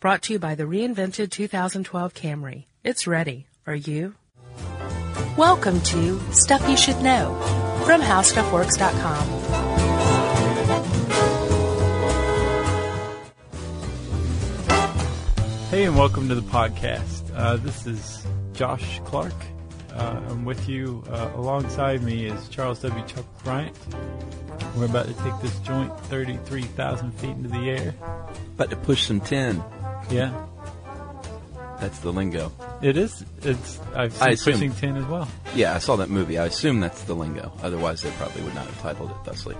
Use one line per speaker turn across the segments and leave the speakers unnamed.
Brought to you by the reinvented 2012 Camry. It's ready. Are you? Welcome to Stuff You Should Know from HowStuffWorks.com.
Hey, and welcome to the podcast. Uh, this is Josh Clark. Uh, I'm with you. Uh, alongside me is Charles W. Chuck Bryant. We're about to take this joint 33,000 feet into the air.
About to push some tin.
Yeah,
That's the lingo.
it is. It's. I've seen
I assume-
pushing 10 as well.
Yeah, I saw that movie. I assume that's the lingo. Otherwise, they probably would not have titled it thusly.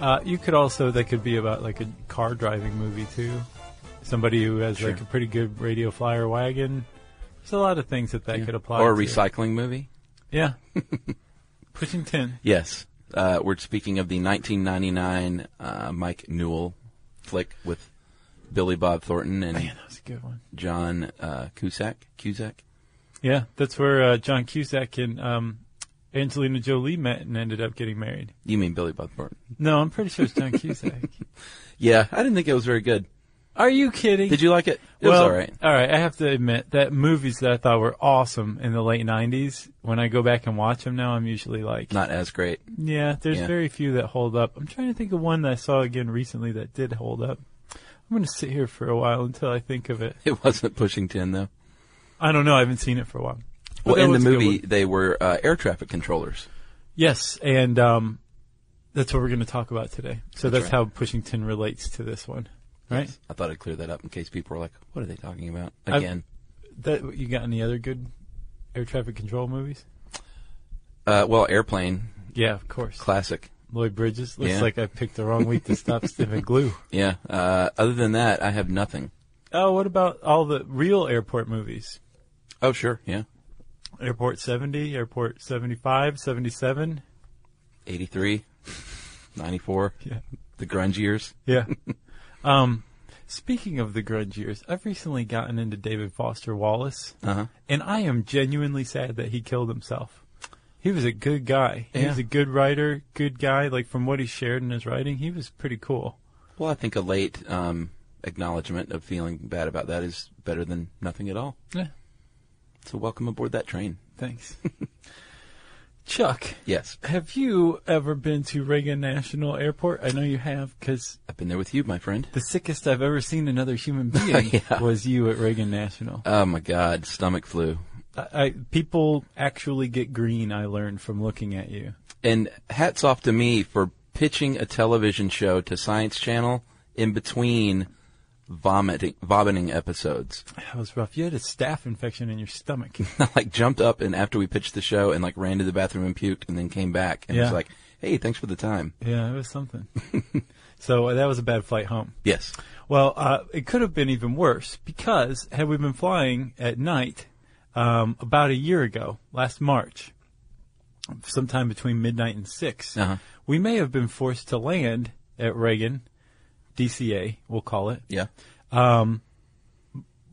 Uh, you could also that could be about like a car driving movie too. Somebody who has
Sure.
like a pretty good radio flyer wagon. There's a lot of things that that could apply.
or a
to.
recycling movie.
Yeah. pushing 10.
Yes. Uh, we're speaking of the 1999 uh, Mike Newell flick with Billy Bob Thornton and
Man, that was a good one.
John uh, Cusack. Cusack.
Yeah, that's where uh, John Cusack and um, Angelina Jolie met and ended up getting married.
You mean Billy Bob Thornton?
No, I'm pretty sure it's John Cusack.
Yeah, I didn't think it was very good.
Are you kidding?
Did you like it? It was
well,
all right.
All right, I have to admit that movies that I thought were awesome in the late '90s, when I go back and watch them now, I'm usually like,
Not as great.
yeah, there's
yeah.
very few that hold up. I'm trying to think of one that I saw again recently that did hold up. I'm gonna sit here for a while until I think of it.
It wasn't pushing 10, though.
I don't know. I haven't seen it for a while. But
Well,
that
in the
was a good
movie,
one.
they were uh, air traffic controllers.
yes, and um, that's what we're going to talk about today. So that's,
That's
how Pushington relates to this one, right?
Yes. I thought I'd clear that up in case people were like, what are they talking about?
I've-
Again.
That you got any other good air traffic control movies?
Uh, well, airplane,
Yeah, of course.
classic.
Lloyd Bridges. Looks
Yeah.
like I picked the wrong week to stop sniffing glue.
Yeah. Uh, other than that, I have nothing.
Oh, what about all the real airport movies?
Oh, sure. Yeah.
Airport 70, Airport 75, 77.
83, 94,
Yeah.
the grunge years.
Yeah. um, speaking of the grunge years, I've recently gotten into David Foster Wallace,
Uh huh.
and I am genuinely sad that he killed himself. He was a good guy. He was
Yeah.
a good writer, good guy. Like from what he shared in his writing, he was pretty cool.
Well, I think a late um, acknowledgement of feeling bad about that is better than nothing at all.
Yeah.
So welcome aboard that train.
Thanks. Chuck,
Yes.
have you ever been to Reagan National Airport? I know you have because
I've been there with you, my friend.
the sickest I've ever seen another human being
Yeah.
was you at Reagan National.
Oh my God, stomach flu.
I, I, people actually get green, I learned from looking at you.
And hats off to me for pitching a television show to Science Channel in between vomiting, vomiting episodes.
That was rough. You had a staph infection in your stomach.
I like jumped up and after we pitched the show and like ran to the bathroom and puked and then came back and
Yeah.
was like, "Hey, thanks for the time."
yeah, it was something. so uh, that was a bad flight home.
Yes.
Well, uh, it could have been even worse because had we been flying at night um, about a year ago, last March, sometime between midnight and 6
Uh-huh.
we may have been forced to land at Reagan, DCA, we'll call it,
Yeah.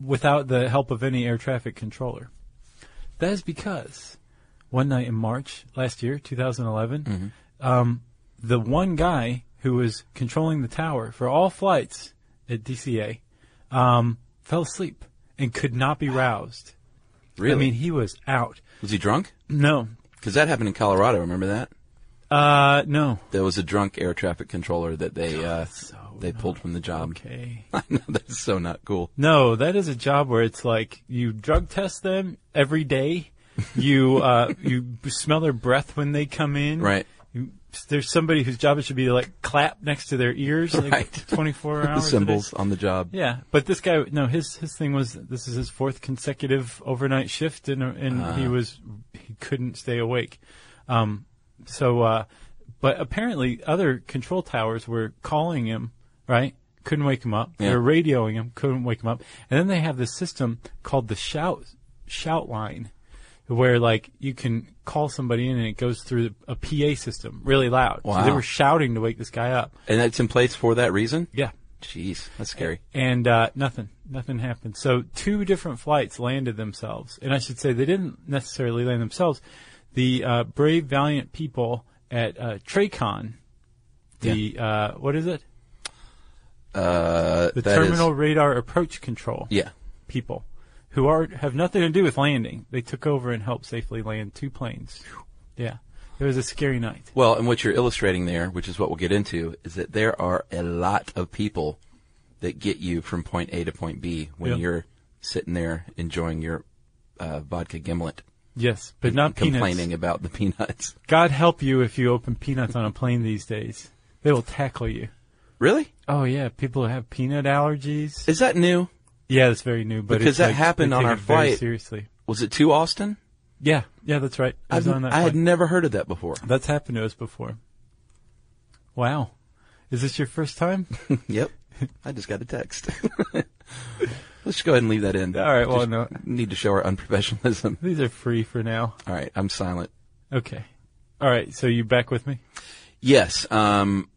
without the help of any air traffic controller. That is because one night in March last year, 2011, um,
Mm-hmm.
the one guy who was controlling the tower for all flights at DCA um, fell asleep and could not be roused.
Really?
I mean, he was out.
was he drunk?
No,
Because that happened in Colorado. Remember that?
uh, no.
There was a drunk air traffic controller that they uh,
so
they pulled from the job.
Okay.
I know that's so not cool.
No, that is a job where it's like you drug test them every day. You uh, you b- smell their breath when they come in.
Right.
You, there's somebody whose job it should be to like clap next to their ears like
Right.
24
The
hours. a day.
symbols on the job.
Yeah, but this guy, no, his his thing was this is his fourth consecutive overnight shift, and and
Ah.
he was he couldn't stay awake. Um, so, uh, but apparently other control towers were calling him, right? Couldn't wake him up. They
Yeah.
were radioing him, couldn't wake him up. And then they have this system called the shout shout line, where like you can call somebody in and it goes through a PA system really loud. So they
Wow.
were shouting to wake this guy up.
And that's in place for that reason.
Yeah.
Jeez, that's scary.
And uh, nothing, nothing happened. So two different flights landed themselves, and I should say they didn't necessarily land themselves. The uh, brave, valiant people at uh, Tracon, the uh, what is it?
Uh,
the
that is-
terminal radar approach control
yeah.
people who are have nothing to do with landing. They took over and helped safely land two planes. Yeah. It was a scary night.
Well, and what you're illustrating there, which is what we'll get into, is that there are a lot of people that get you from point A to point B when
Yeah.
you're sitting there enjoying your uh, vodka gimlet,
Yes, but not
complaining
peanuts.
about the peanuts.
God help you if you open peanuts on a plane these days. They will tackle you.
Really?
Oh yeah, people who have peanut allergies.
Is that new?
Yeah, it's very new, but
Because
it's
that
like,
happened
they
on
take
our
it very
flight.
Seriously.
Was it to Austin?
Yeah, yeah, that's right. It was
I've-
on that
I had
flight.
never heard of that before.
That's happened to us before. Wow. Is this your first time?
yep. I just got a text. Let's just go ahead and leave that in.
All right, well,
Just
no.
Need to show our unprofessionalism.
These are free for now.
All right, I'm silent.
Okay. All right, so you back with me?
Yes, um,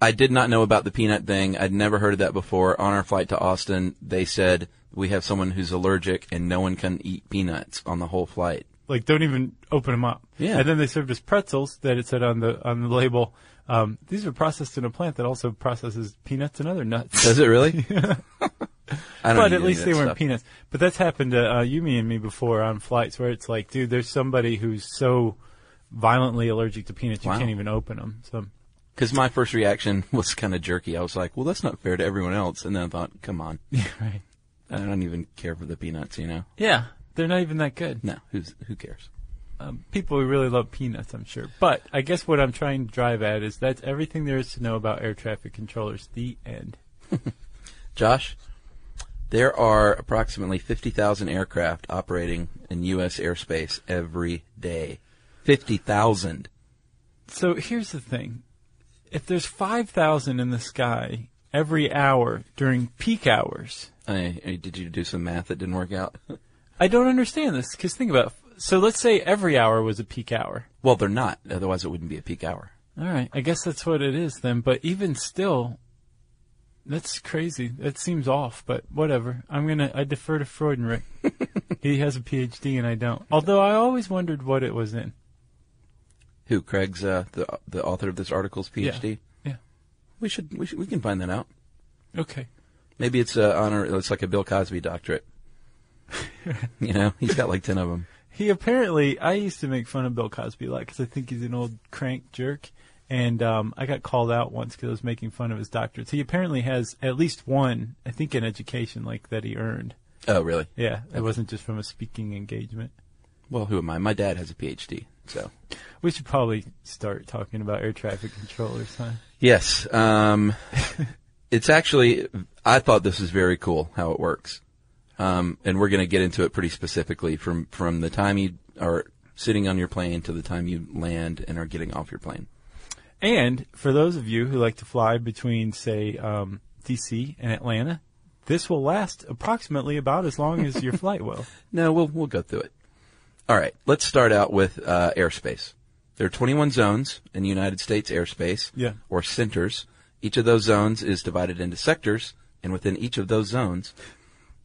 I did not know about the peanut thing. I'd never heard of that before. On our flight to Austin, they said we have someone who's allergic and no one can eat peanuts on the whole flight.
Like, don't even open them up.
Yeah.
And then they served us pretzels that it said on the on the label. Um, these are processed in a plant that also processes peanuts and other nuts.
Does it really? I don't
but
eat
at
any
least
of
they
that
weren't
stuff.
peanuts. But that's happened to uh, Yumi and me before on flights where it's like, dude, there's somebody who's so violently allergic to peanuts you
Wow.
can't even open them. So
Because my first reaction was kind of jerky. I was like, well, that's not fair to everyone else. And then I thought, come on.
right.
I don't even care for the peanuts, you know?
Yeah, they're not even that good.
No, who's, who cares?
Um, people who really love peanuts, I'm sure. But I guess what I'm trying to drive at is that's everything there is to know about air traffic controllers. The end.
Josh, there are approximately 50,000 aircraft operating in U.S. airspace every day. 50,000.
So here's the thing: if there's five thousand in the sky every hour during peak hours,
I, I- did you do some math that didn't work out?
I don't understand this. Because think about it. so let's say every hour was a peak hour.
well, they're not. Otherwise, it wouldn't be a peak hour.
All right, I guess that's what it is then. But even still, that's crazy. That seems off, but whatever. I'm gonna. I defer to Freudenreich. he has a PhD and I don't. Although I always wondered what it was in.
Who? Craig's uh, the the author of this article's PhD.
Yeah.
We should we should we can find that out.
Okay.
Maybe it's uh, a honor. It's like a Bill Cosby doctorate. you know, he's got like ten of them.
He apparently. I used to make fun of Bill Cosby a lot because I think he's an old crank jerk. And um, I got called out once because I was making fun of his doctorates. He apparently has at least one, I think, in education like that he earned.
Oh, really?
Yeah, it wasn't just from a speaking engagement.
Well, who am I? My dad has a PhD, so.
We should probably start talking about air traffic controllers, huh?
Yes. Um, it's actually, I thought this was very cool how it works. Um, and we're going to get into it pretty specifically from, from the time you are sitting on your plane to the time you land and are getting off your plane.
And for those of you who like to fly between, say, um, DC and Atlanta, this will last approximately about as long as your flight will.
No, we'll, we'll go through it. All right. Let's start out with, uh, airspace. There are 21 zones in United States airspace.
Yeah.
Or centers. Each of those zones is divided into sectors. And within each of those zones,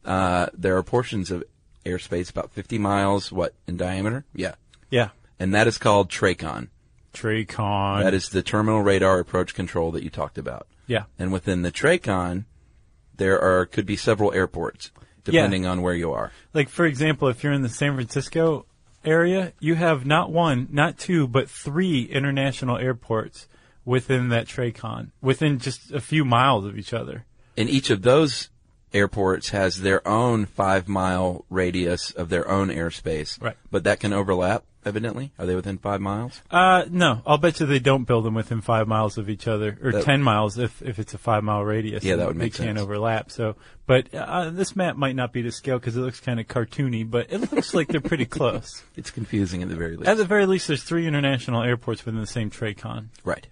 uh, there are portions of airspace about 50 miles, what, in diameter? Yeah.
Yeah.
And that is called TRACON.
Tracon.
That is the terminal radar approach control that you talked about.
Yeah.
And within the TRACON, there are, could be several airports, depending on where you are.
Like, for example, if you're in the San Francisco area, you have not one, not two, but three international airports within that Tracon, within just a few miles of each other.
And each of those airports has their own five mile radius of their own airspace.
Right.
But that can overlap, evidently. Are they within five miles?
Uh, no, I'll bet you they don't build them within five miles of each other, or
That-
ten miles if, if it's a five mile radius.
Yeah, that
and
would make
They can't
sense.
overlap. So, but uh, this map might not be to scale because it looks kind of cartoony, but it looks like they're pretty close.
It's confusing at the very least.
At the very least, there's three international airports within the same Tracon.
Right.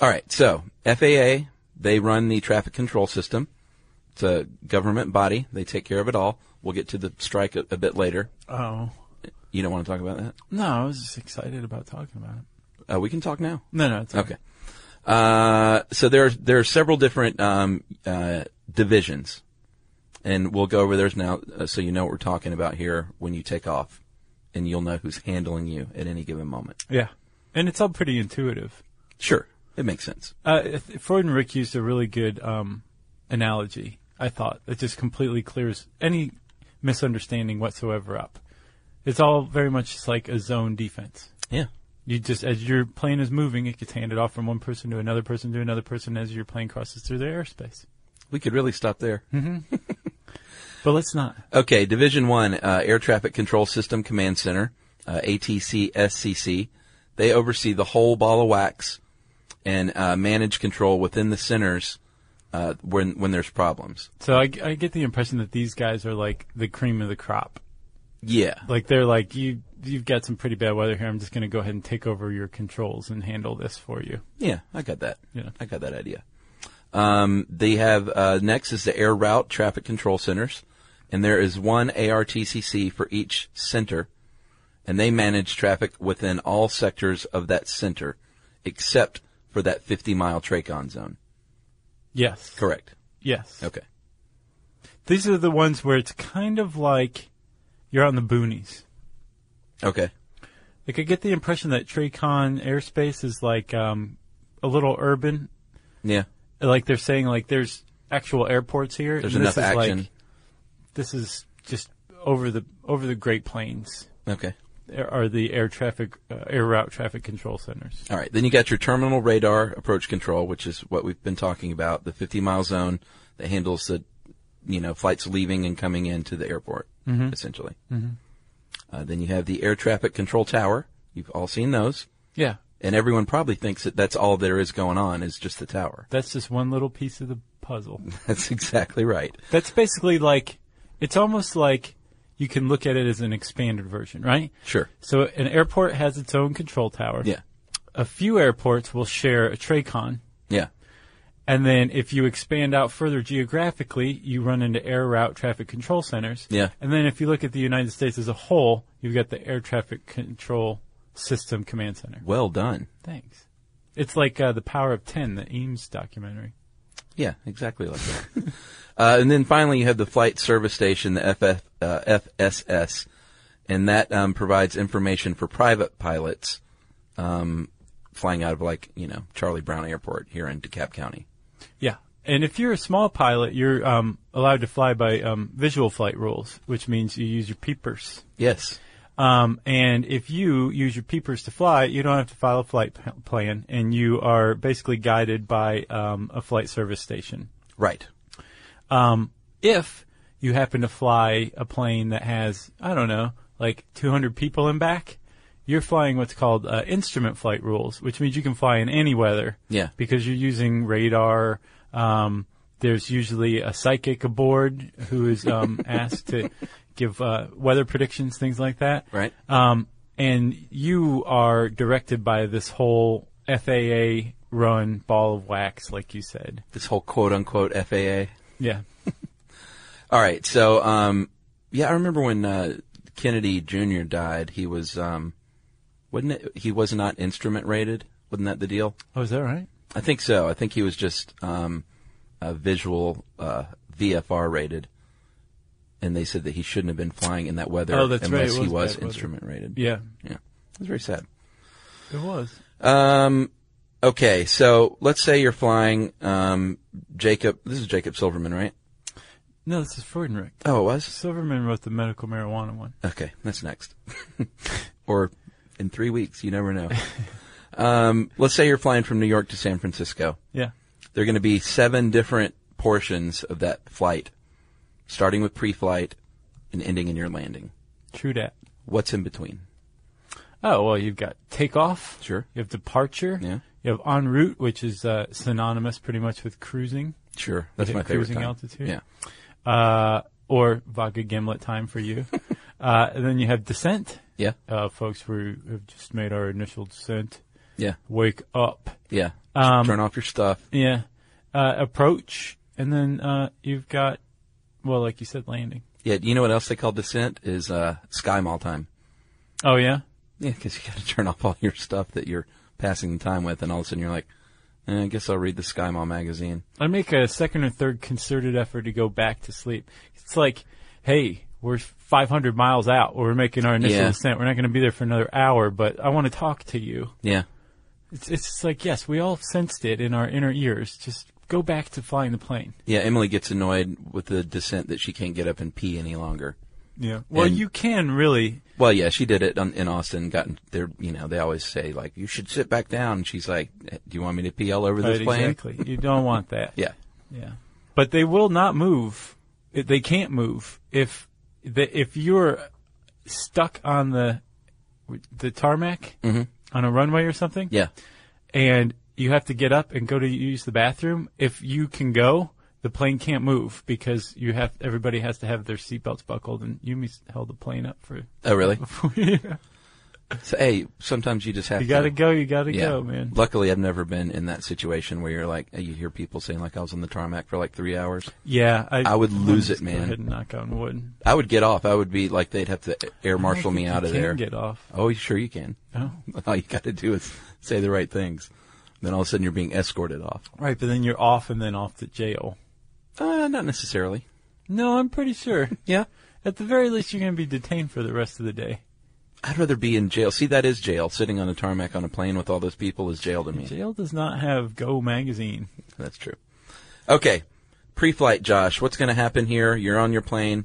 All right. So FAA, they run the traffic control system. It's a government body. They take care of it all. We'll get to the strike a, a bit later.
Oh
You don't want to talk about that?
no, I was just excited about talking about it.
Uh, we can talk now.
No, no, it's all
Okay. Uh, so there, there are several different um, uh, divisions, and we'll go over those now, uh, so you know what we're talking about here when you take off, and you'll know who's handling you at any given moment.
right. Yeah, and it's all pretty intuitive.
Sure. It makes sense.
Uh, th- Freud and Rick used a really good um, analogy, I thought, that just completely clears any misunderstanding whatsoever up. It's all very much just like a zone defense.
Yeah.
You just, as your plane is moving, it gets handed off from one person to another person to another person as your plane crosses through their airspace.
We could really stop there.
But let's not.
Okay, Division One uh, Air Traffic Control System Command Center, uh, ATCSCC. They oversee the whole ball of wax and uh, manage control within the centers uh, when when there's problems.
So I, I get the impression that these guys are like the cream of the crop.
Yeah,
Like they're like, you, you've got some pretty bad weather here. I'm just going to go ahead and take over your controls and handle this for you.
yeah, I got that.
Yeah.
I got that idea. Um, they have uh, next is the Air Route Traffic Control Centers, and there is one ARTCC for each center, and they manage traffic within all sectors of that center, except for that 50 mile Tracon zone.
Yes.
Correct.
Yes.
Okay.
These are the ones where it's kind of like you're on the boonies.
Okay.
Like I get the impression that Tracon airspace is like um, a little urban.
Yeah.
Like they're saying, like there's actual airports here.
There's
and
enough
this is
action.
Like, this is just over the over the Great Plains
Okay.
are- are the air traffic uh, air route traffic control centers.
All right. Then you got your terminal radar approach control, which is what we've been talking about, the 50 mile zone that handles the, you know, flights leaving and coming into the airport, essentially. Mm-hmm. Uh, then you have the air traffic control tower. You've all seen those.
Yeah,
And everyone probably thinks that that's all there is going on is just the tower.
that's just one little piece of the puzzle.
That's exactly right.
That's basically like it's almost like you can look at it as an expanded version, right?
Sure.
So an airport has its own control tower.
Yeah.
A few airports will share a Tracon.
Yeah.
And then if you expand out further geographically, you run into air route traffic control centers.
Yeah.
And then if you look at the United States as a whole, you've got the air traffic control system command center.
Well done.
Thanks. It's like uh, the Power of Ten, the Eames documentary.
Yeah, exactly like that. uh, and then finally, you have the flight service station, the FF, uh, FSS, and that um, provides information for private pilots um, flying out of like you know Charlie Brown Airport here in DeKalb County.
Yeah. And if you're a small pilot, you're um, allowed to fly by um, visual flight rules, which means you use your peepers.
Yes.
Um, and if you use your peepers to fly, you don't have to file a flight p- plan, and you are basically guided by um, a flight service station.
Right.
If you happen to fly a plane that has, I don't know, like 200 people in back, you're flying what's called uh, instrument flight rules, which means you can fly in any weather.
Yeah.
Because you're using radar. Um, there's usually a psychic aboard who is um, asked to give uh, weather predictions, things like that.
Right.
Um, and you are directed by this whole FAA run ball of wax, like you said.
This whole quote unquote FAA.
Yeah.
All right. So, um, yeah, I remember when uh, Kennedy Jr. died. He was, um, wasn't it? He was not instrument rated. Wasn't that the deal?
Oh, is that right?
I think so. I think he was just um, a visual uh, VFR rated, and they said that he shouldn't have been flying in that weather
Oh, that's right.
unless
It
he
was
was
bad weather.
instrument rated.
Yeah,
yeah, it was very sad.
it was.
Um, okay, so let's say you're flying um, Jacob. This is Jacob Silverman, right?
No, this is Freudenreich.
Oh, it was
Silverman wrote the medical marijuana one.
okay. That's next, or in three weeks. You never know. um, let's say you're flying from New York to San Francisco.
Yeah.
There are going to be seven different portions of that flight, starting with pre-flight and ending in your landing.
True dat.
What's in between?
Oh, well, you've got takeoff.
Sure.
You have departure.
Yeah.
You have en route, which is uh, synonymous pretty much with cruising,
Sure, that's
hit
my favorite
cruising
time.
altitude?
Yeah,
uh, or vodka gimlet time for you. uh, and then you have descent.
yeah,
Uh, folks who have just made our initial descent,
yeah,
wake up.
yeah.
Um,
Turn off your stuff.
Yeah. Uh, approach. And then uh, you've got, well, like you said, landing.
Yeah, you know what else they call descent is uh, sky mall time.
Oh, yeah?
Yeah, because you got to turn off all your stuff that you're passing the time with, and all of a sudden you're like, eh, I guess I'll read the Sky Mall magazine.
I make a second or third concerted effort to go back to sleep. It's like, hey, we're 500 miles out. We're making our initial
Yeah.
descent. We're not going to be there for another hour, but I want to talk to you.
Yeah,
It's, it's like, yes, we all sensed it in our inner ears. Just go back to flying the plane.
Yeah, Emily gets annoyed with the dissent that she can't get up and pee any longer.
Yeah. Well,
And-
you can really.
Well, yeah, she did it on, in Austin. Got in- there, you know. They always say like, "You should sit back down." And she's like, "Eh, "Do you want me to pee all over this
Right,
plane?"
exactly. You don't want that.
Yeah,
Yeah. But they will not move. It- They can't move if the, if you're stuck on the the tarmac on a runway or something,
Mm-hmm. yeah,
and you have to get up and go to use the bathroom. If you can go, the plane can't move because you have everybody has to have their seatbelts buckled, and Yumi s- held the plane up for.
Oh, really?
you
So, hey, sometimes you just have
gotta
to.
go. You gotta
Yeah.
go, man.
Luckily, I've never been in that situation where you're like, you hear people saying like, "I was on the tarmac for like three hours."
Yeah,
I would lose
just
it,
go
man.
ahead and knock on wood.
I would get off. I would be like, they'd have to air
I don't
marshal me
think
out
you
of
can
there.
Get off.
Oh, sure you can.
No.
All you got to do is say the right things. Then all of a sudden you're being escorted off.
Right, but then you're off and then off to jail.
Uh, not necessarily.
No, I'm pretty sure.
Yeah.
At the very least, you're going to be detained for the rest of the day.
I'd rather be in jail. See, that is jail. Sitting on a tarmac on a plane with all those people is jail to me.
Jail does not have Go magazine.
That's true. Okay. Pre-flight, Josh. What's going to happen here? You're on your plane.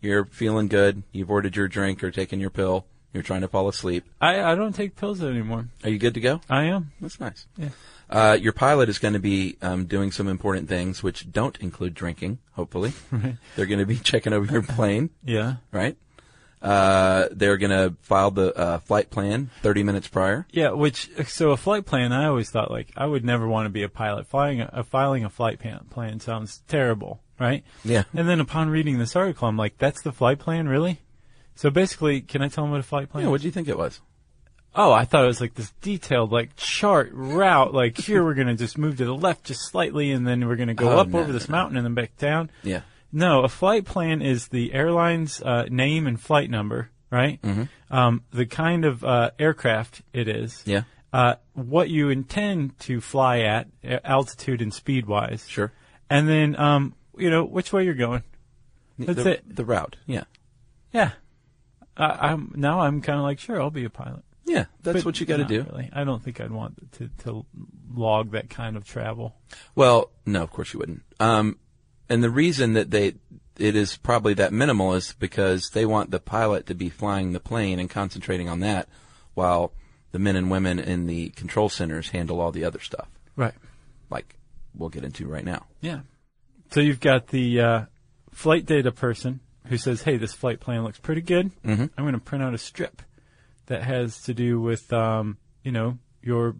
You're feeling good. You've ordered your drink or taken your pill. You're trying to fall asleep.
I, I don't take pills anymore.
Are you good to go?
I am.
That's nice.
Yeah.
Uh, your pilot is going to be um, doing some important things, which don't include drinking. Hopefully, they're going to be checking over your plane,
Yeah.
right? Uh, they're going to file the uh, flight plan 30 minutes prior.
Yeah, which, so a flight plan, I always thought, like, I would never want to be a pilot. Flying a, filing a flight pan, plan sounds terrible, right?
Yeah.
And then upon reading this article, I'm like, that's the flight plan, really? So basically, can I tell them what a flight plan
Yeah.
is?
What do you think it was?
Oh, I thought it was like this detailed, like chart route. Like here, we're gonna just move to the left just slightly, and then we're gonna go
Oh,
up
no,
over this
no, no.
mountain and then back down.
Yeah.
No, a flight plan is the airline's uh, name and flight number, right? Um, the kind of uh, aircraft it is.
Mm-hmm. Yeah.
Uh, what you intend to fly at uh, altitude and speed wise.
Sure.
And then, um, you know, which way you're going. That's
the,
it.
The route. Yeah.
Yeah. I I'm now I'm kind of like sure I'll be a pilot.
Yeah. That's
But
what you got to
not
do.
Really. I don't think I'd want to, to log that kind of travel.
Well, no, of course you wouldn't. Um, and the reason that they, it is probably that minimal is because they want the pilot to be flying the plane and concentrating on that while the men and women in the control centers handle all the other stuff,
Right.
like we'll get into right now.
Yeah. So you've got the uh, flight data person who says, "Hey, this flight plan looks pretty good.
Mm-hmm.
I'm going to print out a strip that has to do with, um, you know, your."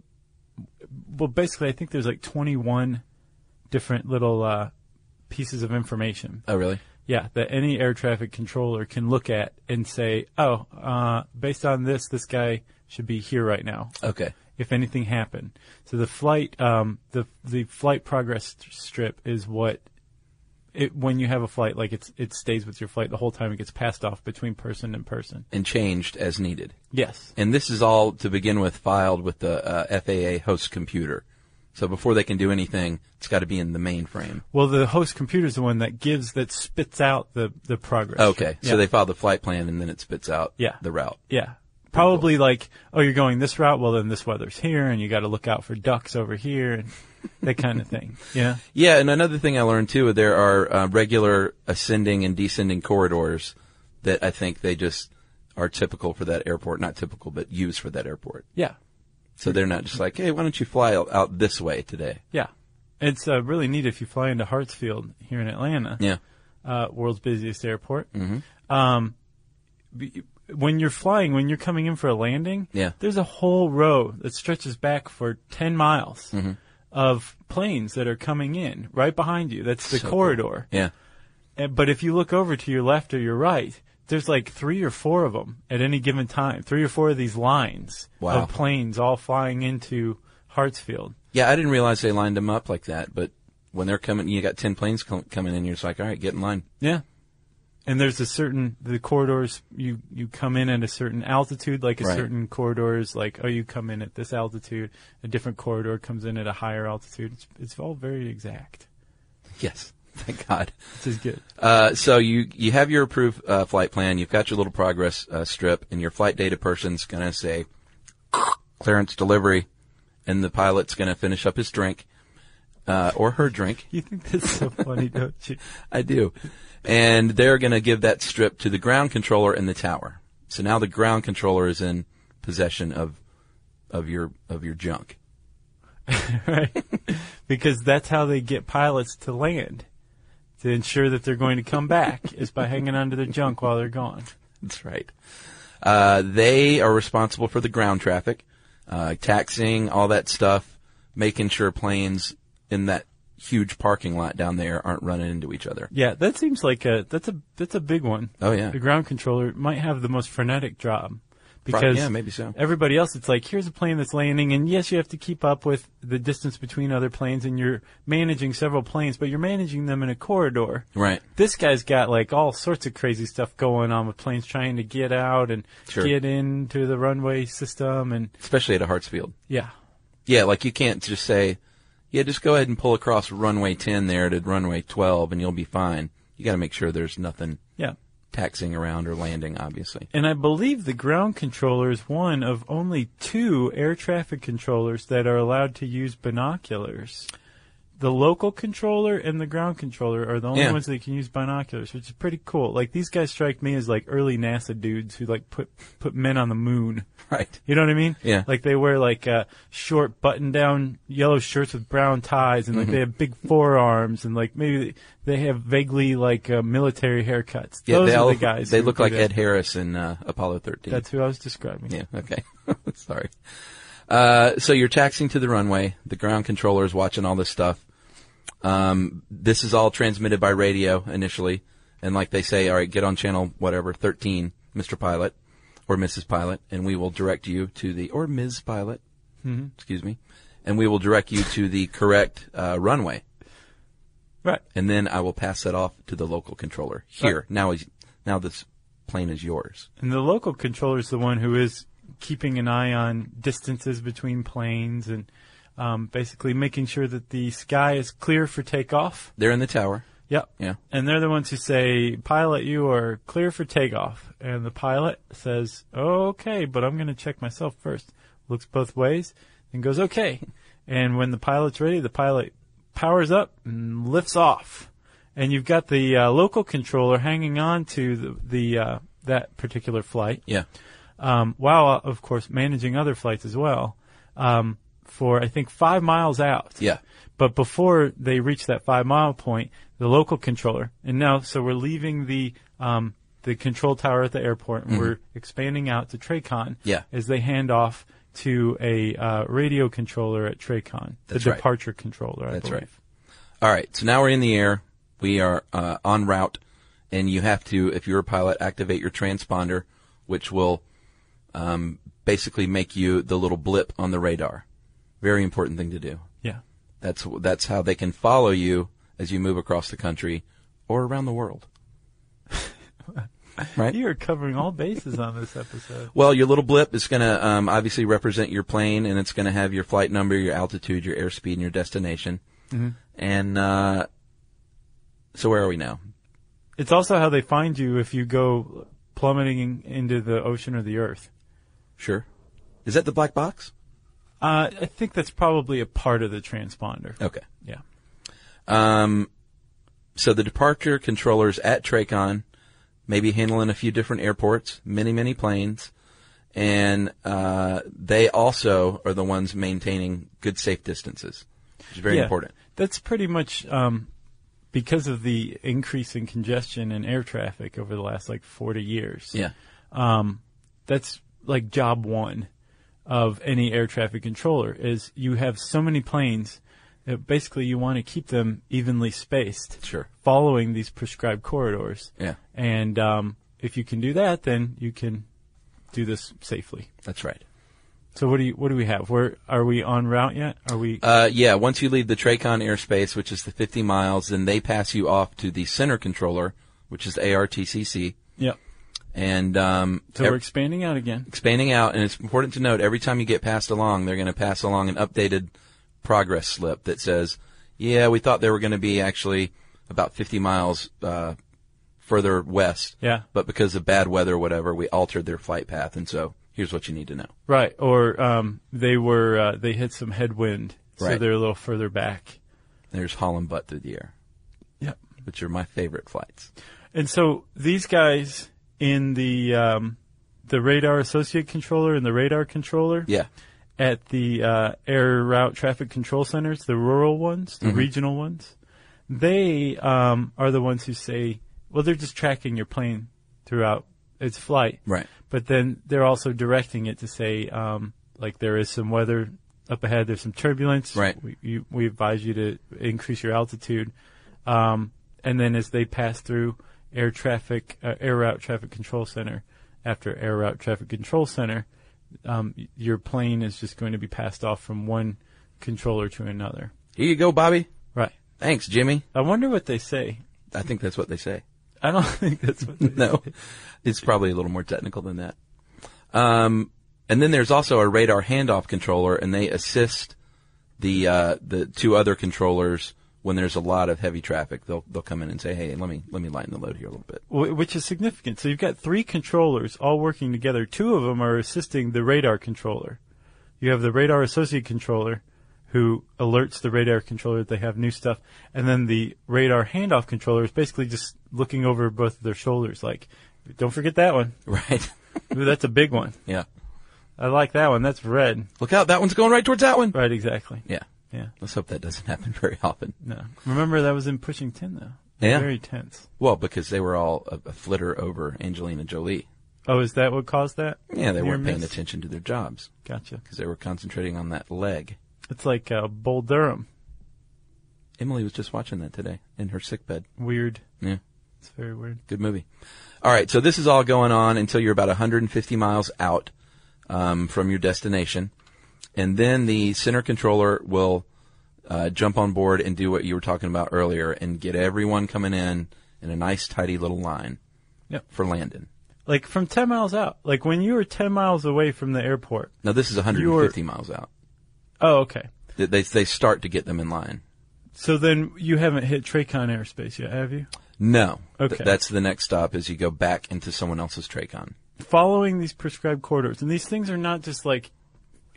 Well, basically, I think there's like 21 different little uh, pieces of information.
Oh, really?
Yeah, that any air traffic controller can look at and say, "Oh, uh, based on this, this guy should be here right now."
Okay.
if anything happened. So the flight, um, the the flight progress st- strip is what it when you have a flight, like it's it stays with your flight the whole time. It gets passed off between person and person.
And changed as needed.
Yes.
And this is all to begin with filed with the uh, FAA host computer. So before they can do anything, it's got to be in the mainframe.
Well, the host computer is the one that gives that spits out the the progress.
Okay.
strip.
So
Yeah.
they file the flight plan and then it spits out
Yeah.
the route.
Yeah. Probably like, oh, you're going this route. Well, then this weather's here, and you got to look out for ducks over here, and that kind of thing. Yeah.
Yeah, and another thing I learned too, there are uh, regular ascending and descending corridors that I think they just are typical for that airport. Not typical, but used for that airport.
Yeah.
So they're not just like, hey, why don't you fly out- out this way today?
Yeah. It's uh, really neat if you fly into Hartsfield here in Atlanta.
Yeah.
uh, world's busiest airport.
Mm-hmm.
Um, b- when you're flying, when you're coming in for a landing,
Yeah.
there's a whole row that stretches back for 10 miles
Mm-hmm.
of planes that are coming in right behind you. That's the
So cool.
corridor.
Yeah.
And, but if you look over to your left or your right, there's like three or four of them at any given time. Three or four of these lines
Wow.
of planes all flying into Hartsfield.
Yeah, I didn't realize they lined them up like that, but when they're coming, you got 10 planes com- coming in, you're just like, all right, get in line.
Yeah. And there's a certain the corridors you you come in at a certain altitude, like a
Right.
certain corridor is like oh you come in at this altitude, a different corridor comes in at a higher altitude. It's it's all very exact.
Yes. Thank God.
This is good.
Uh, so you you have your approved uh, flight plan. You've got your little progress uh, strip, and your flight data person's gonna say clearance delivery, and the pilot's going to finish up his drink uh, or her drink.
You think that's so funny, don't you?
I do. And they're going to give that strip to the ground controller in the tower. So now the ground controller is in possession of of your of your junk.
right? because that's how they get pilots to land to ensure that they're going to come back is by hanging onto their junk while they're gone.
That's right. Uh, they are responsible for the ground traffic, uh, taxing all that stuff, making sure planes in that huge parking lot down there aren't running into each other.
Yeah, that seems like a that's a that's a big one.
Oh, yeah.
the ground controller might have the most frenetic job because
yeah, maybe so.
Everybody else, it's like here's a plane that's landing, and yes, you have to keep up with the distance between other planes, and you're managing several planes, but you're managing them in a corridor.
Right.
This guy's got like all sorts of crazy stuff going on with planes trying to get out and
Sure.
get into the runway system, and
Especially at a Hartsfield.
yeah,
Yeah, like you can't just say, yeah, just go ahead and pull across runway 10 there to runway 12 and you'll be fine. You gotta make sure there's nothing
yeah.
taxing around or landing, obviously.
And I believe the ground controller is one of only two air traffic controllers that are allowed to use binoculars. The local controller and the ground controller are the only
Yeah.
ones that can use binoculars, which is pretty cool. Like these guys strike me as like early NASA dudes who like put put men on the moon.
Right.
You know what I mean?
Yeah.
Like they wear like uh, short button down yellow shirts with brown ties, and like
Mm-hmm.
they have big forearms, and like maybe they have vaguely like uh, military haircuts.
Yeah,
Those
they
are
all,
the guys.
They
who
look
do
like
that.
Ed Harris in uh, Apollo 13.
That's who I was describing.
yeah, okay. Sorry. Uh, so you're taxing to the runway. The ground controller is watching all this stuff. Um, this is all transmitted by radio initially. And like they say, all right, get on channel whatever, 13, Mr. Pilot or Mrs. Pilot, and we will direct you to the, or Ms. Pilot, excuse me, and we will direct you to the correct uh, runway.
Right.
And then I will pass that off to the local controller. Here, now is, now this plane is yours.
And the local controller is the one who is keeping an eye on distances between planes and um, basically making sure that the sky is clear for takeoff.
They're in the tower.
Yep.
Yeah.
And they're the ones who say, pilot, you are clear for takeoff. And the pilot says, okay, but I'm going to check myself first. Looks both ways and goes, okay. And when the pilot's ready, the pilot powers up and lifts off. And you've got the uh, local controller hanging on to the, the uh, that particular flight
Yeah.
um, while uh, of course managing other flights as well um, for I think five miles out.
Yeah.
But before they reach that five mile point, the local controller and now so we're leaving the um, the control tower at the airport and we're expanding out to Tracon.
Mm-hmm. Yeah.
As they hand off to a uh, radio controller at Tracon,
That's
the
right.
departure controller. I
That's
believe.
right. All right, so now we're in the air. We are uh, en route, and you have to, if you're a pilot, activate your transponder, which will um, basically make you the little blip on the radar. Very important thing to do.
Yeah.
That's that's how they can follow you as you move across the country or around the world. right.
You are covering all bases on this episode.
Well, your little blip is going to um, obviously represent your plane, and it's going to have your flight number, your altitude, your airspeed, and your destination. And uh, so, where are we now?
It's also how they find you if you go plummeting in- into the ocean or the earth.
Sure. Is that the black box?
Uh, I think that's probably a part of the transponder.
Okay.
Yeah.
Um, so the departure controllers at Tracon, maybe handling a few different airports, many many planes, and uh, they also are the ones maintaining good safe distances, which is very
Yeah.
important.
That's pretty much um, because of the increase in congestion and air traffic over the last like 40 years.
Yeah.
That's like job one of any air traffic controller is you have so many planes that basically you want to keep them evenly spaced.
Sure.
Following these prescribed corridors.
Yeah.
And um, if you can do that, then you can do this safely.
That's right.
So what do you what do we have? Where are we on route yet? Are we
Uh, yeah, once you leave the TRACON airspace, which is the 50 miles, then they pass you off to the center controller, which is the ARTCC.
Yeah.
And um,
So
ev-
we're expanding out again.
expanding out, and it's important to note every time you get passed along, they're going to pass along an updated progress slip that says, yeah, we thought they were going to be actually about 50 miles uh, further west.
Yeah.
But because of bad weather or whatever, we altered their flight path, and so Here's what you need to know.
Right. Or um, they were uh, they hit some headwind, so
Right.
they're a little further back.
There's Holland butt through the air,
Yep.
which are my favorite flights.
And so these guys in the um, the radar associate controller and the radar controller
Yeah.
at the uh, air route traffic control centers, the rural ones,
Mm-hmm.
the regional ones, they um, are the ones who say, well, they're just tracking your plane throughout its flight.
Right.
But then they're also directing it to say, um, like, there is some weather up ahead, there's some turbulence.
Right.
We, you, we advise you to increase your altitude. Um, and then as they pass through air traffic, uh, air route traffic control center after air route traffic control center, um, y- your plane is just going to be passed off from one controller to another.
Here you go, Bobby.
Right.
Thanks, Jimmy.
I wonder what they say.
I think that's what they say.
I don't think that's what they
No, it's probably a little more technical than that. Um, and then there's also a radar handoff controller, and they assist the uh, the two other controllers when there's a lot of heavy traffic. They'll they'll come in and say, "Hey, let me let me lighten the load here a little bit."
Wh- which is significant. So you've got three controllers all working together. Two of them are assisting the radar controller. You have the radar associate controller who alerts the radar controller that they have new stuff, and then the radar handoff controller is basically just looking over both of their shoulders, like, "Don't forget that one.
Right?
Ooh, that's a big one.
yeah.
I like that one. That's red."
Look out! That one's going right towards that one.
Right, exactly.
Yeah.
Yeah.
Let's hope that doesn't happen very often.
No. Remember that was in Pushing Ten though.
Yeah.
Very tense.
Well, because they were all a, a flitter over Angelina Jolie.
Oh, is that what caused that?
Yeah, they
Near
weren't paying
miss?
attention to their jobs
Gotcha.
because they were concentrating on that leg.
It's like uh, Bull Durham.
Emily was just watching that today in her sick bed.
Weird.
Yeah.
It's very weird.
Good movie. All right, so this is all going on until you're about 150 miles out um, from your destination, and then the center controller will uh, jump on board and do what you were talking about earlier and get everyone coming in in a nice, tidy little line
Yep.
for landing.
Like from 10 miles out. Like when you were 10 miles away from the airport.
Now this is 150 miles out.
Oh, okay.
They, they they start to get them in line.
So then you haven't hit Tracon airspace yet, have you?
No,
Okay.
Th- that's the next stop as you go back into someone else's tracon.
Following these prescribed corridors. And these things are not just like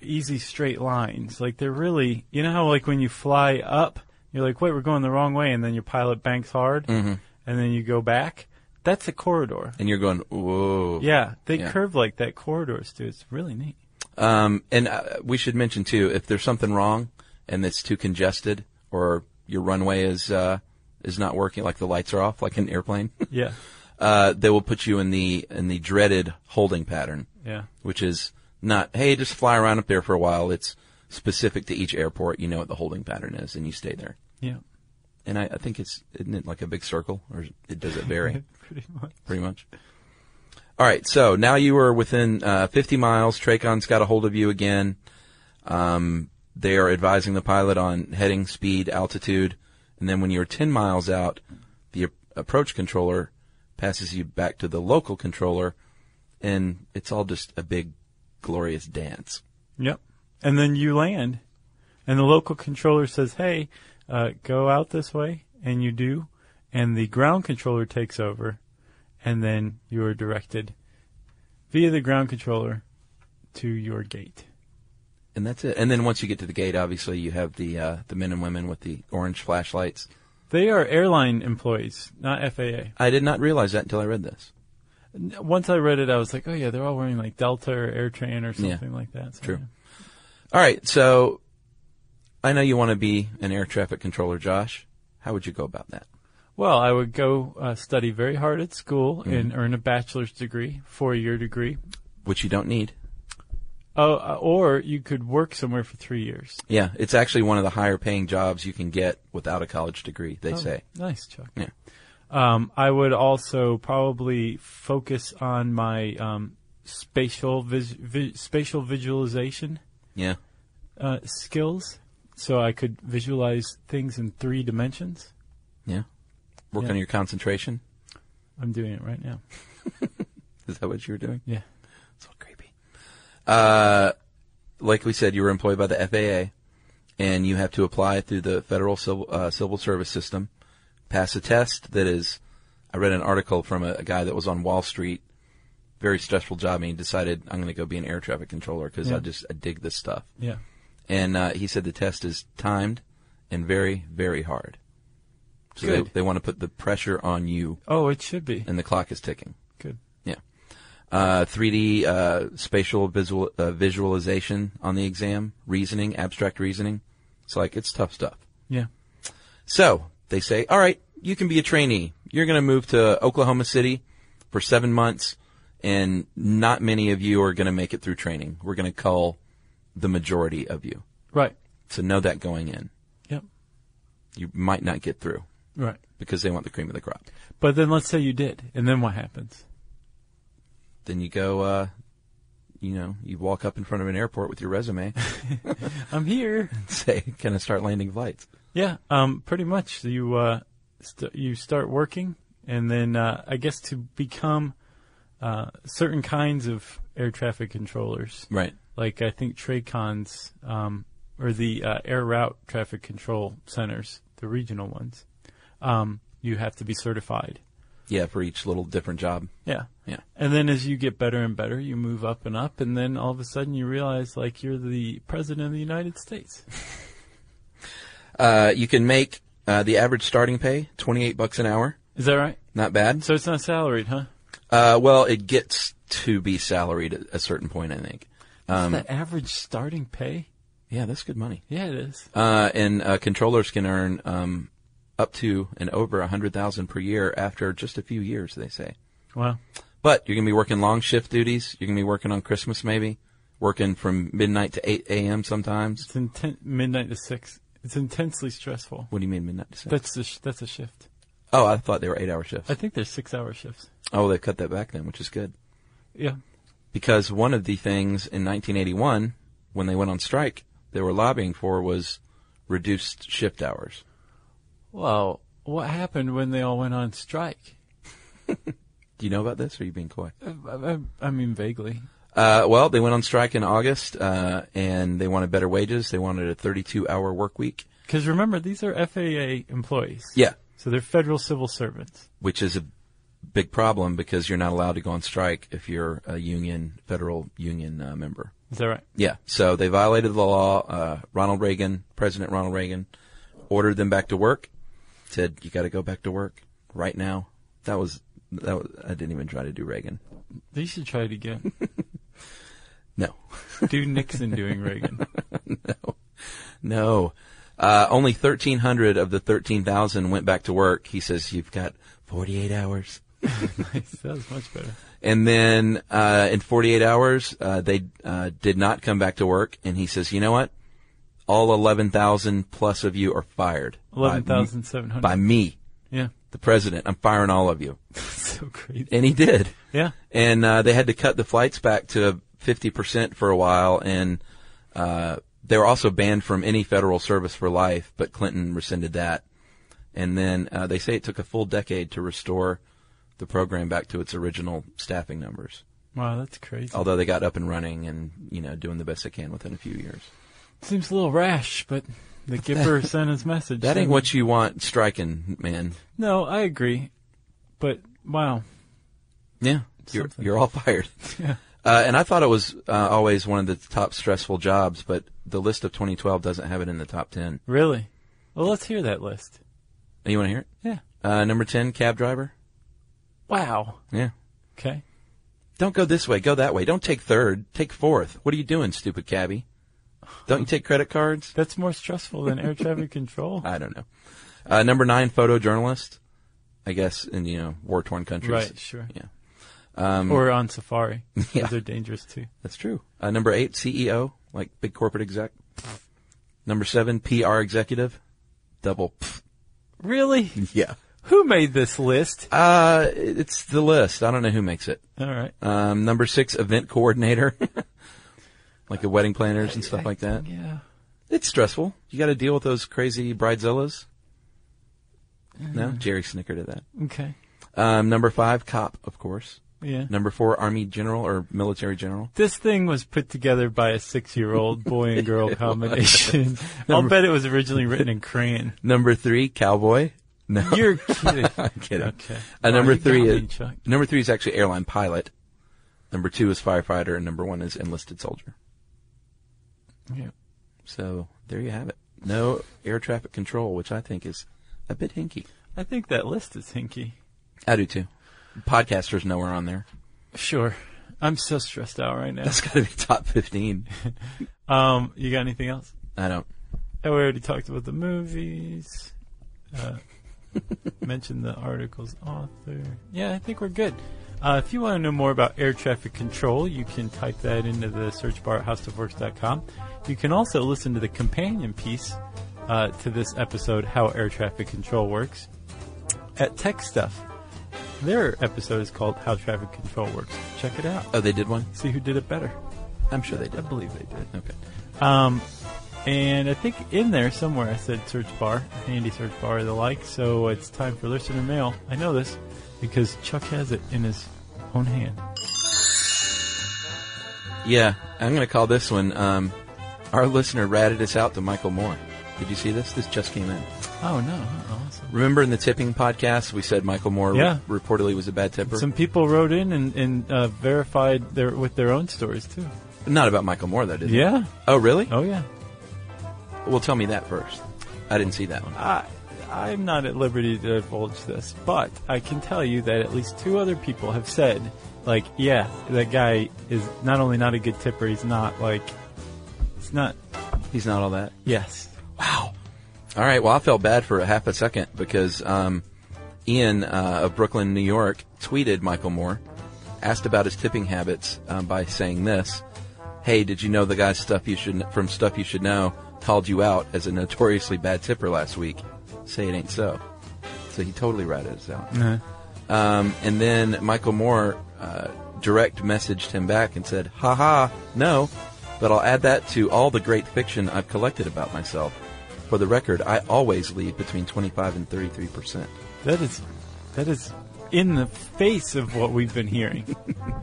easy straight lines. Like they're really, you know how like when you fly up, you're like, wait, we're going the wrong way. And then your pilot banks hard and then you go back. That's a corridor.
and you're going whoa.
Yeah. They
Yeah.
curve like that corridors too. It's really neat.
Um, and uh, we should mention too, if there's something wrong and it's too congested or your runway is, uh, is not working, like the lights are off, like an airplane,
Yeah.
uh, they will put you in the, in the dreaded holding pattern,
Yeah.
which is not, hey, just fly around up there for a while. It's specific to each airport. You know what the holding pattern is and you stay there.
Yeah.
And I, I think it's, isn't it like a big circle or is- it does it vary?
Pretty much.
pretty much. All right, so now you are within uh, 50 miles. Tracon's got a hold of you again. Um, they are advising the pilot on heading, speed, altitude, and then when you're 10 miles out, the a- approach controller passes you back to the local controller, and it's all just a big, glorious dance.
Yep. And then you land, and the local controller says, "Hey, uh, go out this way," and you do, and the ground controller takes over, and then you are directed via the ground controller to your gate.
And that's it. And then once you get to the gate, obviously you have the uh, the men and women with the orange flashlights.
They are airline employees, not FAA.
I did not realize that until I read this.
N- Once I read it, I was like, "Oh yeah, they're all wearing like Delta or AirTran or something like that." So,
True.
yeah.
All right, so I know you want to be an air traffic controller, Josh. How would you go about that?
Well, I would go uh, study very hard at school and earn a bachelor's degree, four-year degree,
Which you don't need.
Oh, uh, or you could work somewhere for three years.
Yeah, it's actually one of the higher paying jobs you can get without a college degree,
Oh.
they say.
Nice, Chuck.
Yeah.
Um, I would also probably focus on my um, spatial vis- vi- spatial visualization
Yeah.
uh, skills, so I could visualize things in three dimensions.
Yeah. Work
Yeah.
on your concentration.
I'm doing it right now.
Is that what you were doing?
Yeah.
It's all creepy. Uh, like we said, you were employed by the FAA, and you have to apply through the federal civil, uh, civil service system, pass a test that is. I read an article from a, a guy that was on Wall Street very stressful job, and he decided I'm going to go be an air traffic controller because
Yeah.
I just I dig this stuff.
Yeah.
And uh, he said the test is timed and very, very hard. So they,
Good.
they want to put the pressure on you,
Oh, it should be
and the clock is ticking.
good.
Yeah. Uh, 3D uh, spatial visual, uh, visualization on the exam, reasoning, abstract reasoning. It's like it's tough stuff.
Yeah.
So they say, all right, you can be a trainee. You're going to move to Oklahoma City for seven months, and not many of you are going to make it through training. We're going to cull the majority of you.
Right.
So know that going in,
Yep.
you might not get through
Right.
because they want the cream of the crop.
But then let's say you did, and then what happens?
Then you go, uh, you know, you walk up in front of an airport with your resume
I'm here.
and say, "Can I start landing flights?"
Yeah, um, pretty much. You uh, st- you start working, and then uh, I guess to become uh, certain kinds of air traffic controllers,
Right.
like I think TRACON's um, or the uh, air route traffic control centers, the regional ones, um, you have to be certified.
Yeah, for each little different job.
Yeah.
Yeah.
And then as you get better and better, you move up and up, and then all of a sudden you realize like you're the president of the United States.
Uh, you can make uh, the average starting pay twenty-eight bucks an hour.
Is that right?
Not bad.
So it's not salaried, huh?
Uh, well, it gets to be salaried at a certain point, I think.
What's the average starting pay?
Yeah, that's good money.
Yeah, it is.
Uh, and uh, controllers can earn um, up to and over a hundred thousand per year after just a few years, they say.
Wow.
But you're gonna be working long shift duties. You're gonna be working on Christmas, maybe working from midnight to eight a.m. Sometimes.
It's inten- midnight to six. It's intensely stressful.
What do you mean midnight to six?
That's a sh- that's a shift.
oh, I thought they were eight-hour shifts.
I think there's six hour shifts.
oh, they cut that back then, which is good.
Yeah.
because one of the things in 1981, when they went on strike, they were lobbying for was reduced shift hours.
Well, what happened when they all went on strike?
Do you know about this? Or are you being coy?
I, I, uh, I mean, vaguely.
Uh, well, they went on strike in August, uh, and they wanted better wages. They wanted a 32-hour work week.
Because remember, these are FAA employees.
Yeah,
So they're federal civil servants.
which is a big problem because you're not allowed to go on strike if you're a union, federal union uh, member.
Is that right?
Yeah. So they violated the law. Uh, Ronald Reagan, President Ronald Reagan, ordered them back to work. Said, "You got to go back to work right now." That was that. Was, I didn't even try to do Reagan.
They should try it again.
No,
Do Nixon doing Reagan.
no. Uh, only thirteen hundred of the thirteen thousand went back to work. He says, "You've got forty-eight hours."
nice. That was much better.
And then uh, in 48 hours, uh, they uh, did not come back to work. And he says, "You know what? All 11,000 plus of you are fired. by me-
11,700.
by me,
Yeah.
the president. I'm firing all of you."
so crazy.
And he did.
Yeah.
And uh, they had to cut the flights back to 50% for a while. And uh, they were also banned from any federal service for life, but Clinton rescinded that. And then uh, they say it took a full decade to restore the program back to its original staffing numbers.
Wow, that's crazy.
Although they got up and running and, you know, doing the best they can within a few years.
Seems a little rash, but the Gipper sent his message.
That ain't
Send-
what you want striking, man.
No, I agree. But wow,
Yeah. You're,
Something.
you're all fired.
Yeah.
Uh, and I thought it was uh, always one of the top stressful jobs, but the list of 2012 doesn't have it in the top 10.
really? Well, let's hear that list.
You want to hear
Yeah.
it? Uh, number 10, cab driver.
Wow.
Yeah.
Okay.
Don't go this way. Go that way. Don't take third. Take fourth. What are you doing, stupid cabbie? Don't you take credit cards?
That's more stressful than air traffic control.
I don't know. Uh, number nine, photojournalist. I guess in, you know, war torn countries.
Right, sure.
Yeah. Um,
Or on safari.
Yeah.
Those are dangerous too.
that's true. Uh, number eight, CEO, like big corporate exec. Number seven, PR executive. Double. pff.
Really?
Yeah.
Who made this list?
Uh, it's the list. I don't know who makes it.
All right.
Um, number six, event coordinator, like the wedding planners and stuff like that.
Yeah.
It's stressful. You got to deal with those crazy bridezillas.
Mm.
No, Jerry snickered at that.
Okay.
Um, number five, cop, of course.
Yeah.
Number four, army general or military general.
This thing was put together by a six-year-old boy and girl combination. I'll bet it was originally written in crayon.
Number three, cowboy. No,
You're kidding.
I'm kidding.
Okay.
Uh,
Wow,
number
you got
three,
me,
is,
Chuck.
number three is actually airline pilot. Number two is firefighter, and number one is enlisted soldier.
Yeah.
So there you have it. No air traffic control, which I think is a bit hinky.
I think that list is hinky.
I do too. Podcasters nowhere on there.
Sure. I'm so stressed out right now.
That's got to be top fifteen.
Um, you got anything else?
I don't.
Oh, we already talked about the movies. Uh, mentioned the article's author. Yeah, I think we're good. Uh, if you want to know more about air traffic control, you can type that into the search bar at howstuffworks.com. You can also listen to the companion piece uh, to this episode, How Air Traffic Control Works, at Tech Stuff. Their episode is called How Traffic Control Works. Check it out.
Oh, they did one.
See who did it better.
I'm sure they did.
I believe they did.
Okay.
Um, and I think in there somewhere I said search bar, handy search bar, or the like. So it's time for listener mail. I know this because Chuck has it in his own hand.
Yeah, I'm going to call this one. Um, our listener ratted us out to Michael Moore. Did you see this? This just came in.
Oh no! Oh, Awesome.
Remember in the tipping podcast, we said Michael Moore
Yeah.
reportedly was a bad temper.
Some people wrote in and, and uh, verified their with their own stories too.
Not about Michael Moore, though, did it?
Yeah.
Oh, really?
Oh yeah.
Well, tell me that first. I didn't see that one.
I I'm not at liberty to divulge this, but I can tell you that at least two other people have said, like, yeah, that guy is not only not a good tipper, he's not like, it's not.
He's not all that.
Yes.
Wow. All right. Well, I felt bad for a half a second because um, Ian uh, of Brooklyn, New York, tweeted Michael Moore, asked about his tipping habits um, by saying this: "Hey, did you know the guy stuff you should from stuff you should know called you out as a notoriously bad tipper last week? Say it ain't so." So he totally ratted us out. Um, and then Michael Moore uh, direct messaged him back and said, "Ha ha, no, but I'll add that to all the great fiction I've collected about myself. For the record, I always leave between 25 and 33 percent.
That is, that is in the face of what we've been hearing.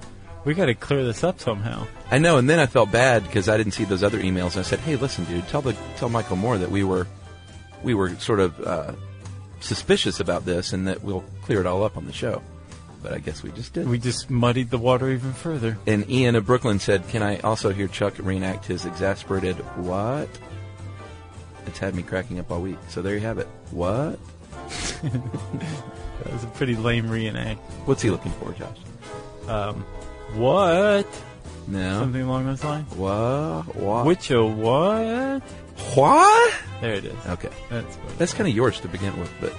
we got to clear this up somehow.
I know." And then I felt bad because I didn't see those other emails. I said, "Hey, listen, dude, tell the tell Michael Moore that we were we were sort of uh, suspicious about this, and that we'll clear it all up on the show." But I guess we just did.
We just muddied the water even further.
And Ian of Brooklyn said, Can I also hear Chuck reenact his exasperated what? It's had me cracking up all week. So there you have it. What?
That was a pretty lame reenact.
What's he looking for, Josh?
Um, what?
No.
Something along those lines.
What? What?
Which a what?
What?
There it is.
Okay.
That's what
That's kind of yours to begin with, but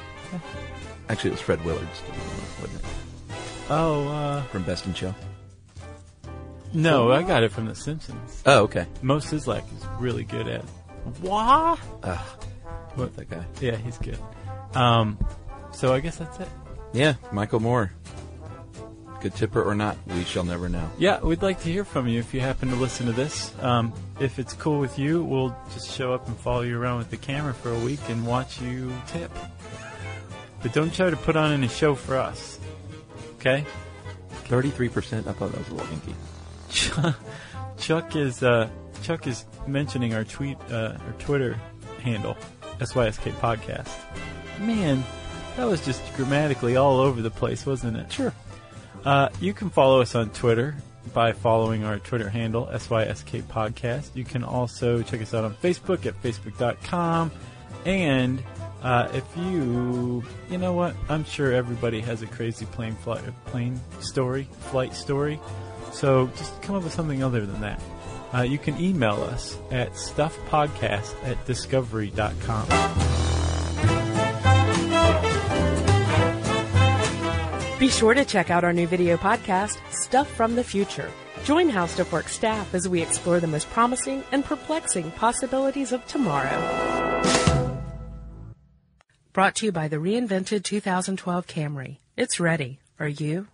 actually it was Fred Willard's to begin with, wasn't it?
Oh, uh,
From Best in Show.
no, I got it from The Simpsons.
Oh, okay.
Mo Sizlak is really good at what?
Ugh,
what
that guy.
yeah, he's good. Um, so I guess that's it.
Yeah, Michael Moore. Good tipper or not, we shall never know.
Yeah, we'd like to hear from you if you happen to listen to this. Um, if it's cool with you, we'll just show up and follow you around with the camera for a week and watch you tip. But don't try to put on any show for us. Okay?
33%? I thought that was a little hinky.
Chuck, Chuck is uh, Chuck is mentioning our tweet uh, our Twitter handle SYSK podcast. Man, that was just grammatically all over the place, wasn't it? Sure. Uh, you can follow us on Twitter by following our Twitter handle SYSK podcast. You can also check us out on Facebook at facebook.com and uh, if you, you know what, I'm sure everybody has a crazy plane flight, plane story, flight story. So just come up with something other than that. Uh, you can email us at stuffpodcast at discovery.com.
Be sure to check out our new video podcast, Stuff from the Future. Join How Stuff Works staff as we explore the most promising and perplexing possibilities of tomorrow. Brought to you by the reinvented 2012 Camry. It's ready. Are you?